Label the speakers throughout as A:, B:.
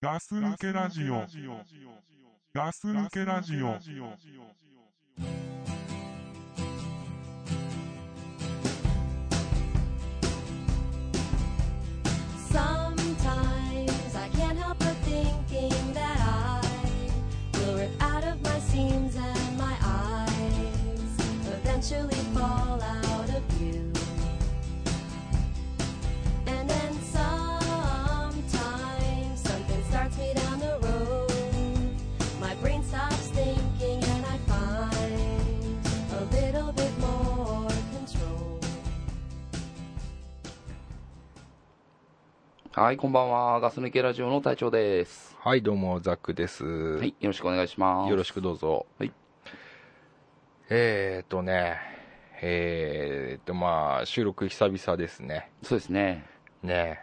A: ガス抜けラジオ。ガス抜けラジオ。
B: Sometimes I can't help but thinking that I will rip out of my seams and my eyes eventually fall out of view. And then sometimes something starts me down the road. My brain stops thinking and I find a little bit more control.
C: はい、こんばんは。ガス抜けラジオの隊長です。
D: はい、どうも、ザックです。
C: は、
D: はい
C: よろしくお願いします。
D: よろしくどうぞ。
C: はい。
D: えーっとね、えーっと、まあ、収録久々ですね。
C: そうですね。
D: ね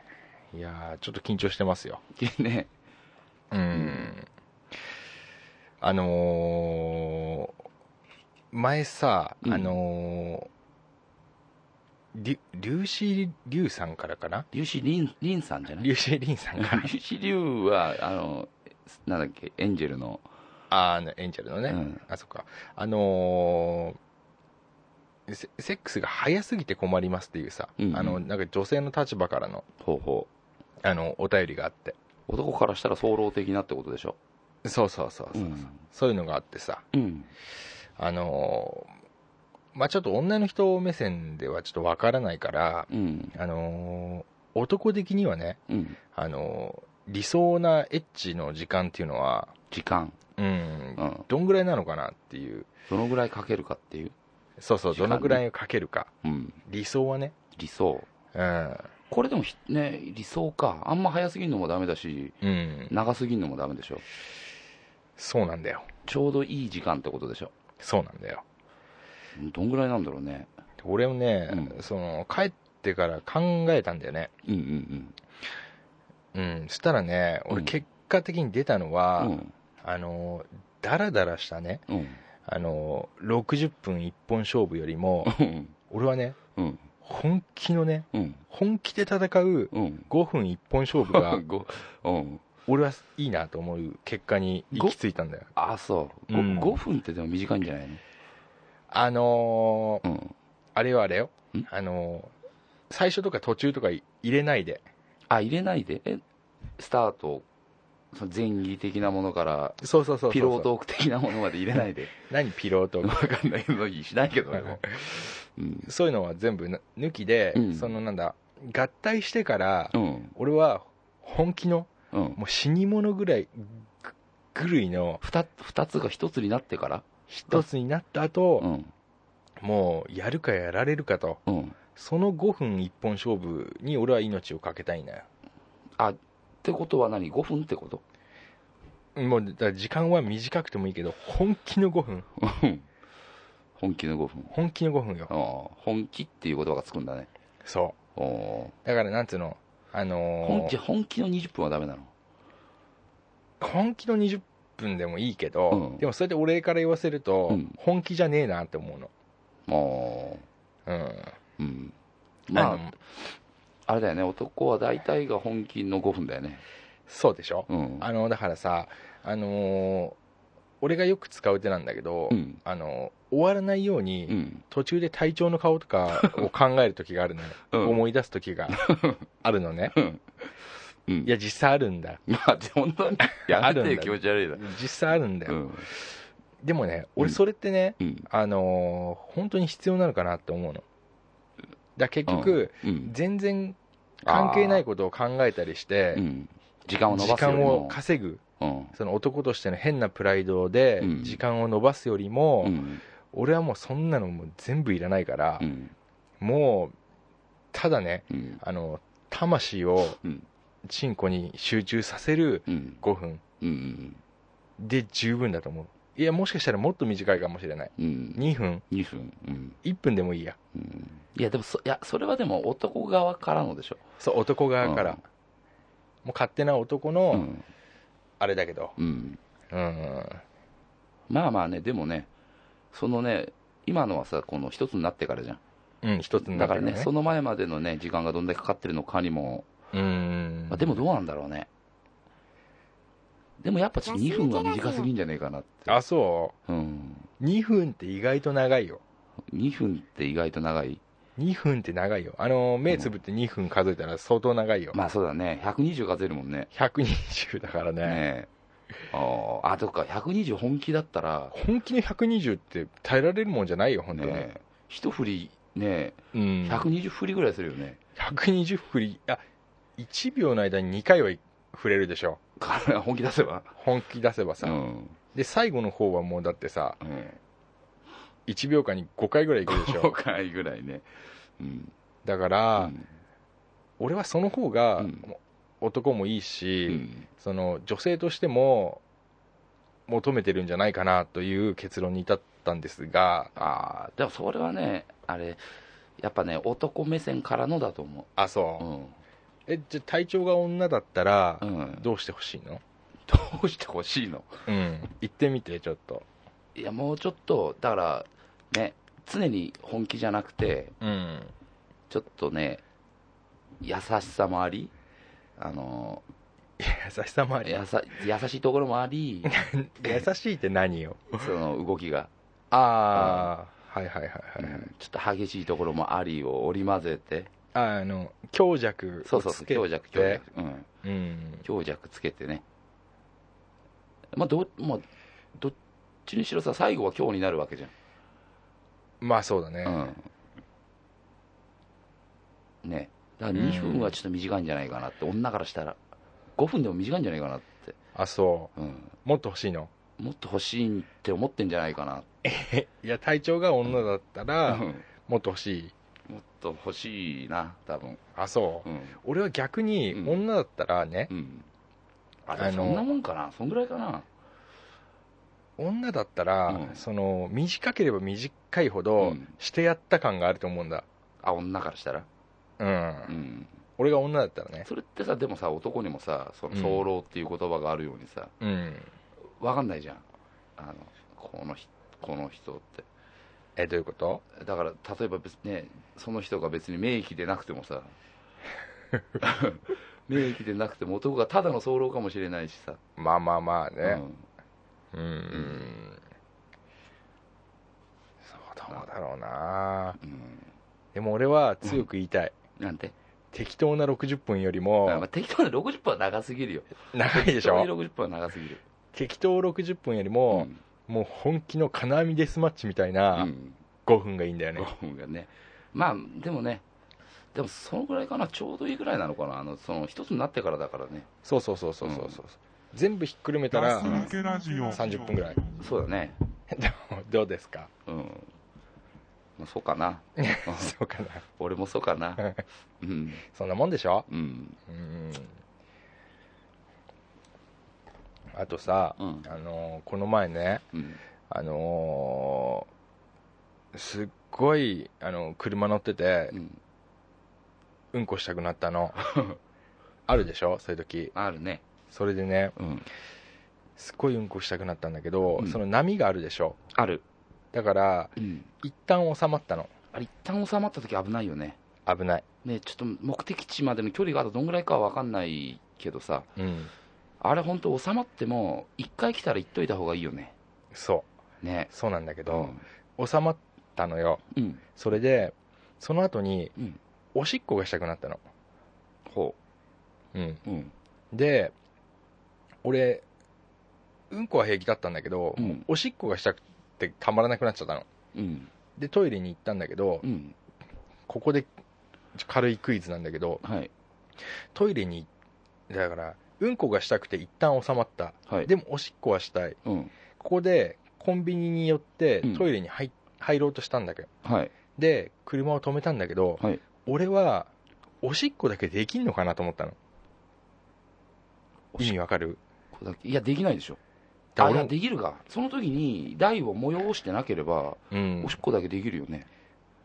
D: えいやー、ちょっと緊張してますよ。
C: ね。
D: うん。あのー、前さ、
C: うん
D: あのー、り粒子龍さんからかな
C: リュウシリン、リンさんじゃない
D: 粒子龍さんから
C: リュウシリュウは、あの、なんだっけ、エンジェルの。
D: あーあの、エンジェルのね。
C: うん
D: あ、そっか。あのーセ、セックスが早すぎて困りますっていうさ、
C: うんうん
D: あの、なんか女性の立場からの、
C: 方法。
D: あの、お便りがあって。
C: 男からしたら総労的なってことでしょ。
D: そうそうそうそう、そういうのがあってさ、
C: うん。
D: あのーまあちょっと女の人目線ではちょっとわからないから、
C: うん。
D: あのー男的にはね、
C: うん。
D: あのー理想なエッチの時間っていうのは、
C: 時間。
D: うん
C: う、ん。
D: どんぐらいなのかなっていう。
C: どのぐらいかけるかっていう。
D: そうそう、どのぐらいをかけるか。
C: うん。
D: 理想はね。
C: 理想。
D: うん。
C: これでもひ、ね、理想か。あんま早すぎるのもダメだし、
D: うん、
C: 長すぎるのもダメでしょ。
D: そうなんだよ。
C: ちょうどいい時間ってことでしょ。
D: そうなんだよ。
C: うんどんぐらいなんだろうね。
D: 俺もね、
C: うん
D: その、帰ってから考えたんだよね。
C: うんうん
D: うん。したらね、
C: う
D: 俺
C: ん
D: 結果的に出たのは、
C: うん。うん。
D: あの、ダラダラしたね、
C: うん。
D: あの、60分一本勝負よりも、
C: うん
D: 俺はね、
C: うん
D: 本気のね、
C: うん
D: 本気で戦う
C: うん、
D: 5分一本勝負が
C: ごうん
D: 俺はいいなと思う結果に行き着いたんだよ。
C: あそう、
D: うん
C: ご5分ってでも短いんじゃないの
D: あのー
C: うん
D: あれはあれよ
C: ん。
D: あのー最初とか途中とか入れないで。
C: あ入れないでえスタートその前儀的なものから
D: そうそうそうそう。
C: ピロートーク的なものまで入れないで
D: 何ピロートーク
C: わかんないけどいいしないけどねもううん
D: そういうのは全部な抜きで、
C: うん
D: そのなんだ合体してから、
C: うん
D: 俺は本気の
C: うん
D: もう死に物ぐらいぐぐるいの
C: 2, 二つが1つになってから
D: 一つになった後
C: う、ん
D: もうやるかやられるかと
C: うん
D: その5分一本勝負に俺は命をかけたいんだよ
C: ってことは何5分ってこと
D: もうだから時間は短くてもいいけど本気の5分
C: うん本気の5分
D: 本気の5分よ
C: あー本気っていう言葉がつくんだね
D: そ
C: おー
D: うだからなんつうのあ
C: 本
D: のー
C: 気本気の20分はダメなの
D: 本気の20分でもいいけど、
C: うん
D: でもそれで俺から言わせると、
C: うん
D: 本気じゃねえなって思うの
C: あ
D: うん
C: あうん
D: ま
C: ま
D: あ
C: ああれだよね男は大体が本気の5分だよね
D: そうでしょ、
C: うん
D: あのだからさ、あのー俺がよく使う手なんだけど、
C: うん
D: あのー終わらないように、
C: うん
D: 途中で体調の顔とか を考える時があるのよ、
C: うん
D: 思い出す 時があるのね、
C: うん
D: いや実際あるんだ
C: まあ本当にやめて
D: あるん
C: よ
D: だ
C: 気持ち悪いだ
D: 実際あるんだ
C: う
D: よ、
C: ん
D: でもね俺それってね、
C: うん
D: あのー本当に必要なのかなって思うのだから結局、
C: うん
D: 全然関係ないことを考えたりして、
C: うん時間を伸
D: 時
C: ばすより
D: 間を
C: も
D: 稼ぐ
C: うん
D: その男としての変なプライドで
C: うん
D: 時間を延ばすよりも、
C: うん
D: 俺はもうそんなのもう全部いらないから、
C: うん
D: もうただね
C: うん
D: あの魂を
C: うん
D: チンコに集中させる
C: うん
D: 5分
C: うん
D: で十分だと思ういやもしかしたらもっと短いかもしれない
C: うん
D: 2分
C: 2分うん
D: 1分でもいいや
C: うんいやでもそいやそれはでも男側からのでしょ
D: そう男側から、
C: うん
D: もう勝手な男
C: う
D: の
C: ん
D: あれだけど
C: うん
D: うん
C: まあまあねでもねそのね今のはさこの一つになってからじゃん
D: うん一つの
C: だか
D: 中
C: ら
D: で
C: ね、
D: ね
C: その前までのね、時間がどんだけかかってるのかにも、
D: うん
C: まあ、でもどうなんだろうね。でもやっぱち2分は短すぎんじゃねえかなって。
D: あ、そ
C: うん。
D: う。2分って意外と長いよ。
C: 2分って意外と長い。
D: 2分って長いよ。あの、目つぶって2分数えたら相当長いよ。
C: まあそうだね。120数えるもんね。
D: 120だからね。
C: ねえ。あーあ、とか、120本気だったら、
D: 本気の120って耐えられるもんじゃないよ、本当
C: ね
D: に。
C: え、一振り、ね
D: うん
C: え、。120振りぐらいするよね。
D: 120振り、あ、1秒の間に2回は振れるでしょ。
C: から本気出せば。
D: 本気出せば
C: う
D: さ。
C: ん。
D: で、最後の方はもうだってさ、
C: うん
D: 1秒間に5回ぐらいいく でし
C: 5
D: ょ。
C: 回ぐらいね。うん。
D: だから、
C: うん
D: 俺はその方が、
C: うん
D: もう男もいいうし、
C: ん
D: その女性としても求めてるんじゃないかなという結論に至ったんですが
C: ああ、でもそれはね、あれ、やっぱね、男目線からのだと思。
D: あそうう、
C: うん。
D: えじゃあ体調が女だったら、
C: うん、ど
D: どうしてほしいの
C: うしてほしいの
D: うん言ってみてちょっと
C: いや、もうちょっと、だから、ね、常に本気じゃなくて、
D: うん
C: ちょっとね、優しさもあり、あの
D: 優しさもあり
C: やさ優しいところもあ り、
D: 優しいって何よ
C: その動きが、
D: ああ、はいはいはいはい、
C: うんちょっと激しいところもありを織り交ぜて、
D: ああの強弱
C: そう
D: を
C: そう
D: つ
C: そう、
D: けて
C: 強弱、強弱、うん、
D: うん
C: 強弱つけてね、まあどまあ、どっちにしろさ、最後は強になるわけじゃん。
D: まあそうだね、
C: うん、ねだから2分はちょっと短いんじゃないかなって、女からしたら5分でも短いんじゃないかなって、
D: あそう
C: うん、
D: もっと欲しいの
C: もっと欲しいって思ってんじゃないかな、
D: いや体調が女だったら、
C: うん
D: もっと欲しい
C: もっと欲しいな多分
D: あそう
C: うん、
D: 俺は逆に
C: うん
D: 女だったらね、
C: うん、あ
D: あ
C: でも
D: の
C: そんなもんかなそんぐらいかな
D: 女だったら、
C: うん
D: その短ければ短いほど、
C: うん
D: してやった感があると思うんだ
C: あ女からしたら、
D: うん、
C: うん、
D: 俺が女だったらね
C: それってさでもさ男にもさその
D: うん
C: 早漏っていう言葉があるようにさ、
D: うん
C: わかんないじゃんあのこの人この人って
D: えどういうこと
C: だから例えば別にねその人が別に名義でなくても さ名義でなくても男がただの早漏かもしれないしさ、
D: まあまあまあ
C: う
D: ね
C: ん
D: うん、そうどうだろうな
C: うん
D: でも俺は強く言いたい、
C: なんて、
D: 適当な60分より
C: あま
D: も
C: あ、適当に60分は長すぎるよ
D: 長いでしょ
C: 適当に60分は長すぎる
D: 適当60分よりも、もう本気の金網デスマッチみたいな
C: うん
D: 5分がいいんだよね、
C: 5分がねまあでもねでもそのぐらいかなちょうどいいぐらいなのかなあのその一つになってからだからね
D: そうそうそうそうそうそうそう、全部ひっくるめたら、
A: ガス抜けラジオ。
D: 30分ぐらい。
C: そうだね
D: でもどうですか
C: うん、まあ、そうか なうん
D: そうかな
C: 俺もそうかなうん
D: そんなもんでしょ
C: うん
D: うんあとさ、
C: うん
D: あのーこの前ね
C: うん
D: あのーすっごいあの車乗ってて
C: うん
D: うんこしたくなっ たのあるでしょそういう時
C: あるね
D: それでね
C: うん
D: すっごいうんこしたくなったんだけど、
C: うん
D: その波があるでしょ
C: ある
D: だから
C: うん
D: 一旦収まったの
C: あれ一旦収まった時危ないよね
D: 危ない、
C: ねちょっと目的地までの距離があとどんぐらいかは分かんないけどさ
D: うん、
C: あれ本当収まっても一回来たら行っといた方がいいよね
D: そう
C: ね
D: そうなんだけど、収まったのよ
C: うん、うん、
D: それでその後に
C: うん
D: おしっこがしたくなったの、
C: ほ
D: うん、
C: ううん
D: で俺うんこは平気だったんだけど、
C: うん
D: おしっこがしたくてたまらなくなっちゃったの
C: うん
D: でトイレに行ったんだけど、
C: うん
D: ここでちょ軽いクイズなんだけど
C: はい
D: トイレにだからうんこがしたくて一旦収まった
C: はい
D: でもおしっこはしたい
C: うん
D: ここでコンビニに寄って
C: うん
D: トイレに入,、入ろうとしたんだけど
C: はい
D: で車を止めたんだけど、
C: はい
D: 俺はおしっこだけできんのかなと思ったの意味わかる
C: ここだけいやできないでしょ
D: だ
C: あ
D: 俺
C: い
D: も
C: やできるがその時に台を催してなければ、
D: うん
C: おしっこだけできるよね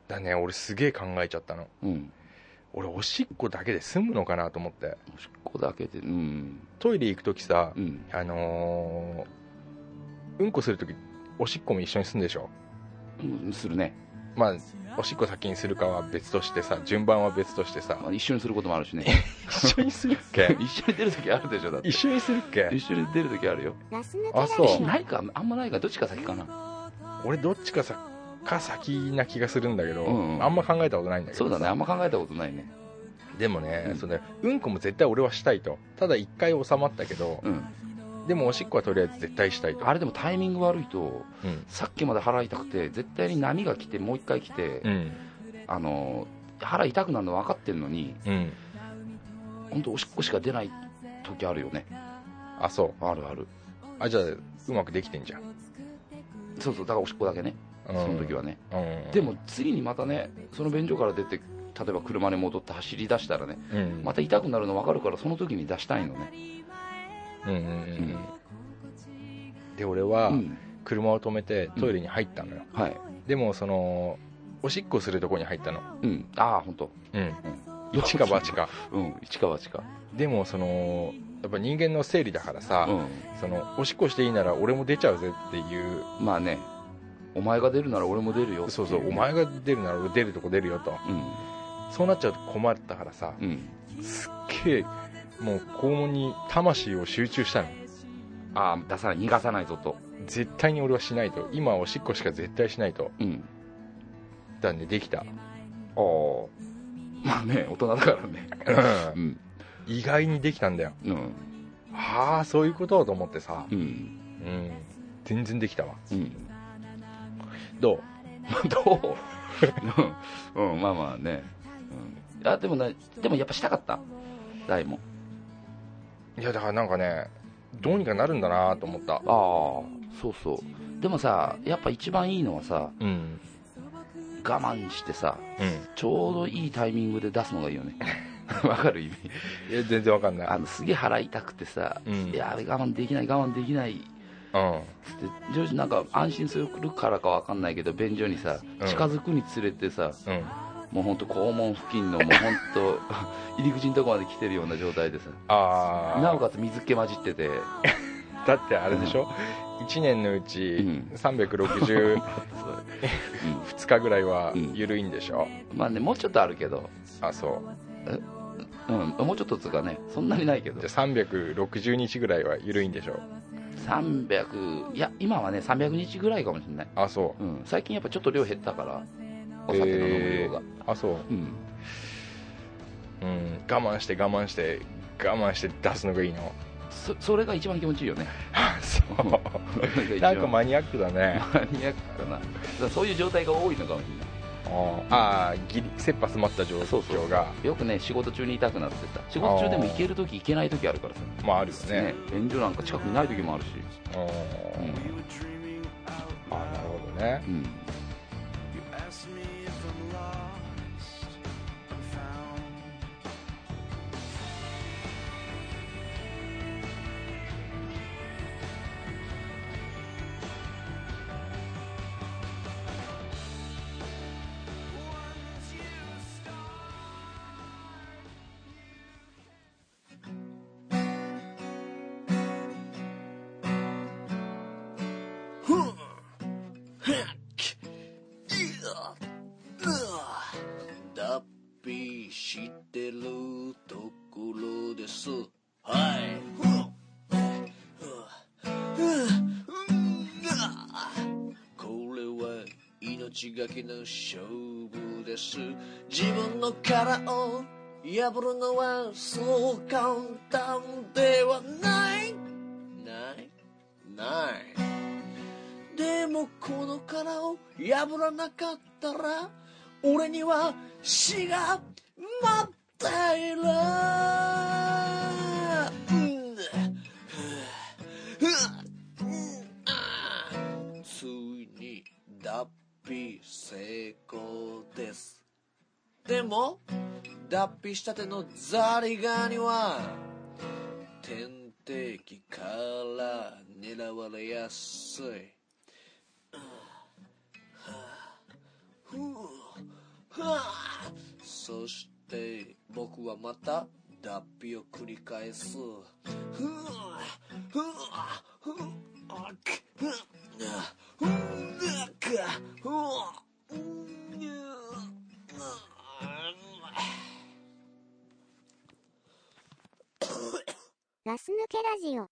D: だね俺すげえ考えちゃったの
C: うん
D: 俺おしっこだけで済むのかなと思って
C: おしっこだけでうん
D: トイレ行く時さ
C: うん
D: あのーうんこする時おしっこも一緒にすんでしょ
C: うんするね
D: まあおしっこ先にするかは別としてさ順番は別としてさ
C: まあ、一緒にすることもあるしね
D: 一緒にするっけ
C: 一緒に出るときあるでしょだって
D: 一緒にするっけ
C: 一緒に出るときあるよ
D: あそう
C: ないかあんまないかどっちか先かな
D: 俺どっちかさか先な気がするんだけど、
C: うんうん
D: あんま考えたことないんだけ
C: そ
D: ど
C: うだねあんま考えたことないね
D: でもね、
C: うん
D: そのうんこも絶対俺はしたいとただ一回収まったけど、
C: うん
D: でもおしっこはとりあえず絶対したいと
C: あれでもタイミング悪いと
D: うん、
C: さっきまで腹痛くて絶対に波が来てもう一回来て、
D: うん
C: あの腹痛くなるの分かってるのに
D: うん、
C: 本当おしっこしか出ない時あるよね
D: あそう
C: あるある
D: あじゃあうまくできてんじゃん、
C: そうそうだからおしっこだけね
D: う
C: そ
D: ん、
C: の時はね、
D: うん
C: でも次にまたねその便所から出て例えば車に戻って走り出したらね
D: うん
C: また痛くなるの分かるからその時に出したいのね
D: うんうんうんで俺は
C: うん
D: 車を止めてトイレに入ったのよ、
C: はい
D: でもそのおしっこするとこに入ったの
C: うんああ本当
D: うん
C: うん
D: 一か八か
C: うん一か八か
D: でもそのやっぱ人間の生理だからさ、
C: う
D: そのおしっこしていいなら俺も出ちゃうぜっていうん
C: まあねお前が出るなら俺も出るよってい
D: そうそうお前が出るなら俺出るとこ出るよと
C: うん
D: そうなっちゃうと困ったからさ
C: うん
D: すっげえもう肛門に魂を集中したの
C: ああ出さない逃がさないぞと
D: 絶対に俺はしないと今はおしっこしか絶対しないと
C: うん
D: だんでできた
C: ああまあね大人だからねうん
D: 意外にできたんだよ
C: うん
D: ああそういうことと思ってさ、
C: うん
D: うん、全然できたわ
C: うん
D: どう
C: どううん、うん、まあまあね、うん、あでもなでもやっぱしたかった大も
D: いやだからなんかねどうにかなるんだなと思った
C: ああそうそうでもさやっぱ一番いいのはさ
D: うん
C: 我慢してさ
D: うん
C: ちょうどいいタイミングで出すのがい いよねわかる意味
D: いや全然わかんない
C: あのすげえ腹痛くてさ、
D: うん
C: いやべ我慢できない我慢できない
D: うん
C: つって徐々になんか安心するからかわかんないけど便所にさ
D: うん
C: 近づくにつれてさ、
D: うん
C: もうほんと肛門付近のもうほんと 入り口のとこまで来てるような状態でさ
D: ああ
C: なおかつ水気混じってて
D: だってあれでしょ、1年のうち
C: ん
D: 362日ぐらいは
C: うん
D: 緩いんでしょ、
C: まあねもうちょっとあるけど、
D: あそ
C: う
D: う
C: ん、もうちょっとつうかねそんなにないけど
D: じゃあ360日ぐらいは緩いんでしょ
C: 300いや今はね300日ぐらいかもしれない、
D: あそう
C: うん、最近やっぱちょっと量減ったからお酒の飲む量が、
D: あそう
C: うん
D: うん我慢して我慢して我慢して出すのがいいの
C: そそれが一番気持ちいいよ ね
D: あ そう
C: それが
D: な
C: 一
D: んか
C: 番
D: マニアックだね
C: マニアックかなだからそういう状態が多いのかもしれない
D: ああギリ切羽詰まった状
C: そうそう
D: 況が
C: よくね仕事中に痛くなってた仕事中でも行ける時行けない時あるからさ
D: まああるよね
C: ね便所なんか近くにない時もあるし、
D: う
C: うんん
D: あなるほどね
C: うん、
E: 脱皮してるところですはいこれは命がけの勝負です自分の殻を破るのはそう簡単ではないないないでもこの殻を破らなかったら俺には死が待っているうんふううんあーついに脱皮成功ですでも脱皮したてのザリガニは天敵から狙われやすいふうはあそして僕はまた脱皮を繰り返すふうふうふうあくふうふうふうふうふう
F: けラジオ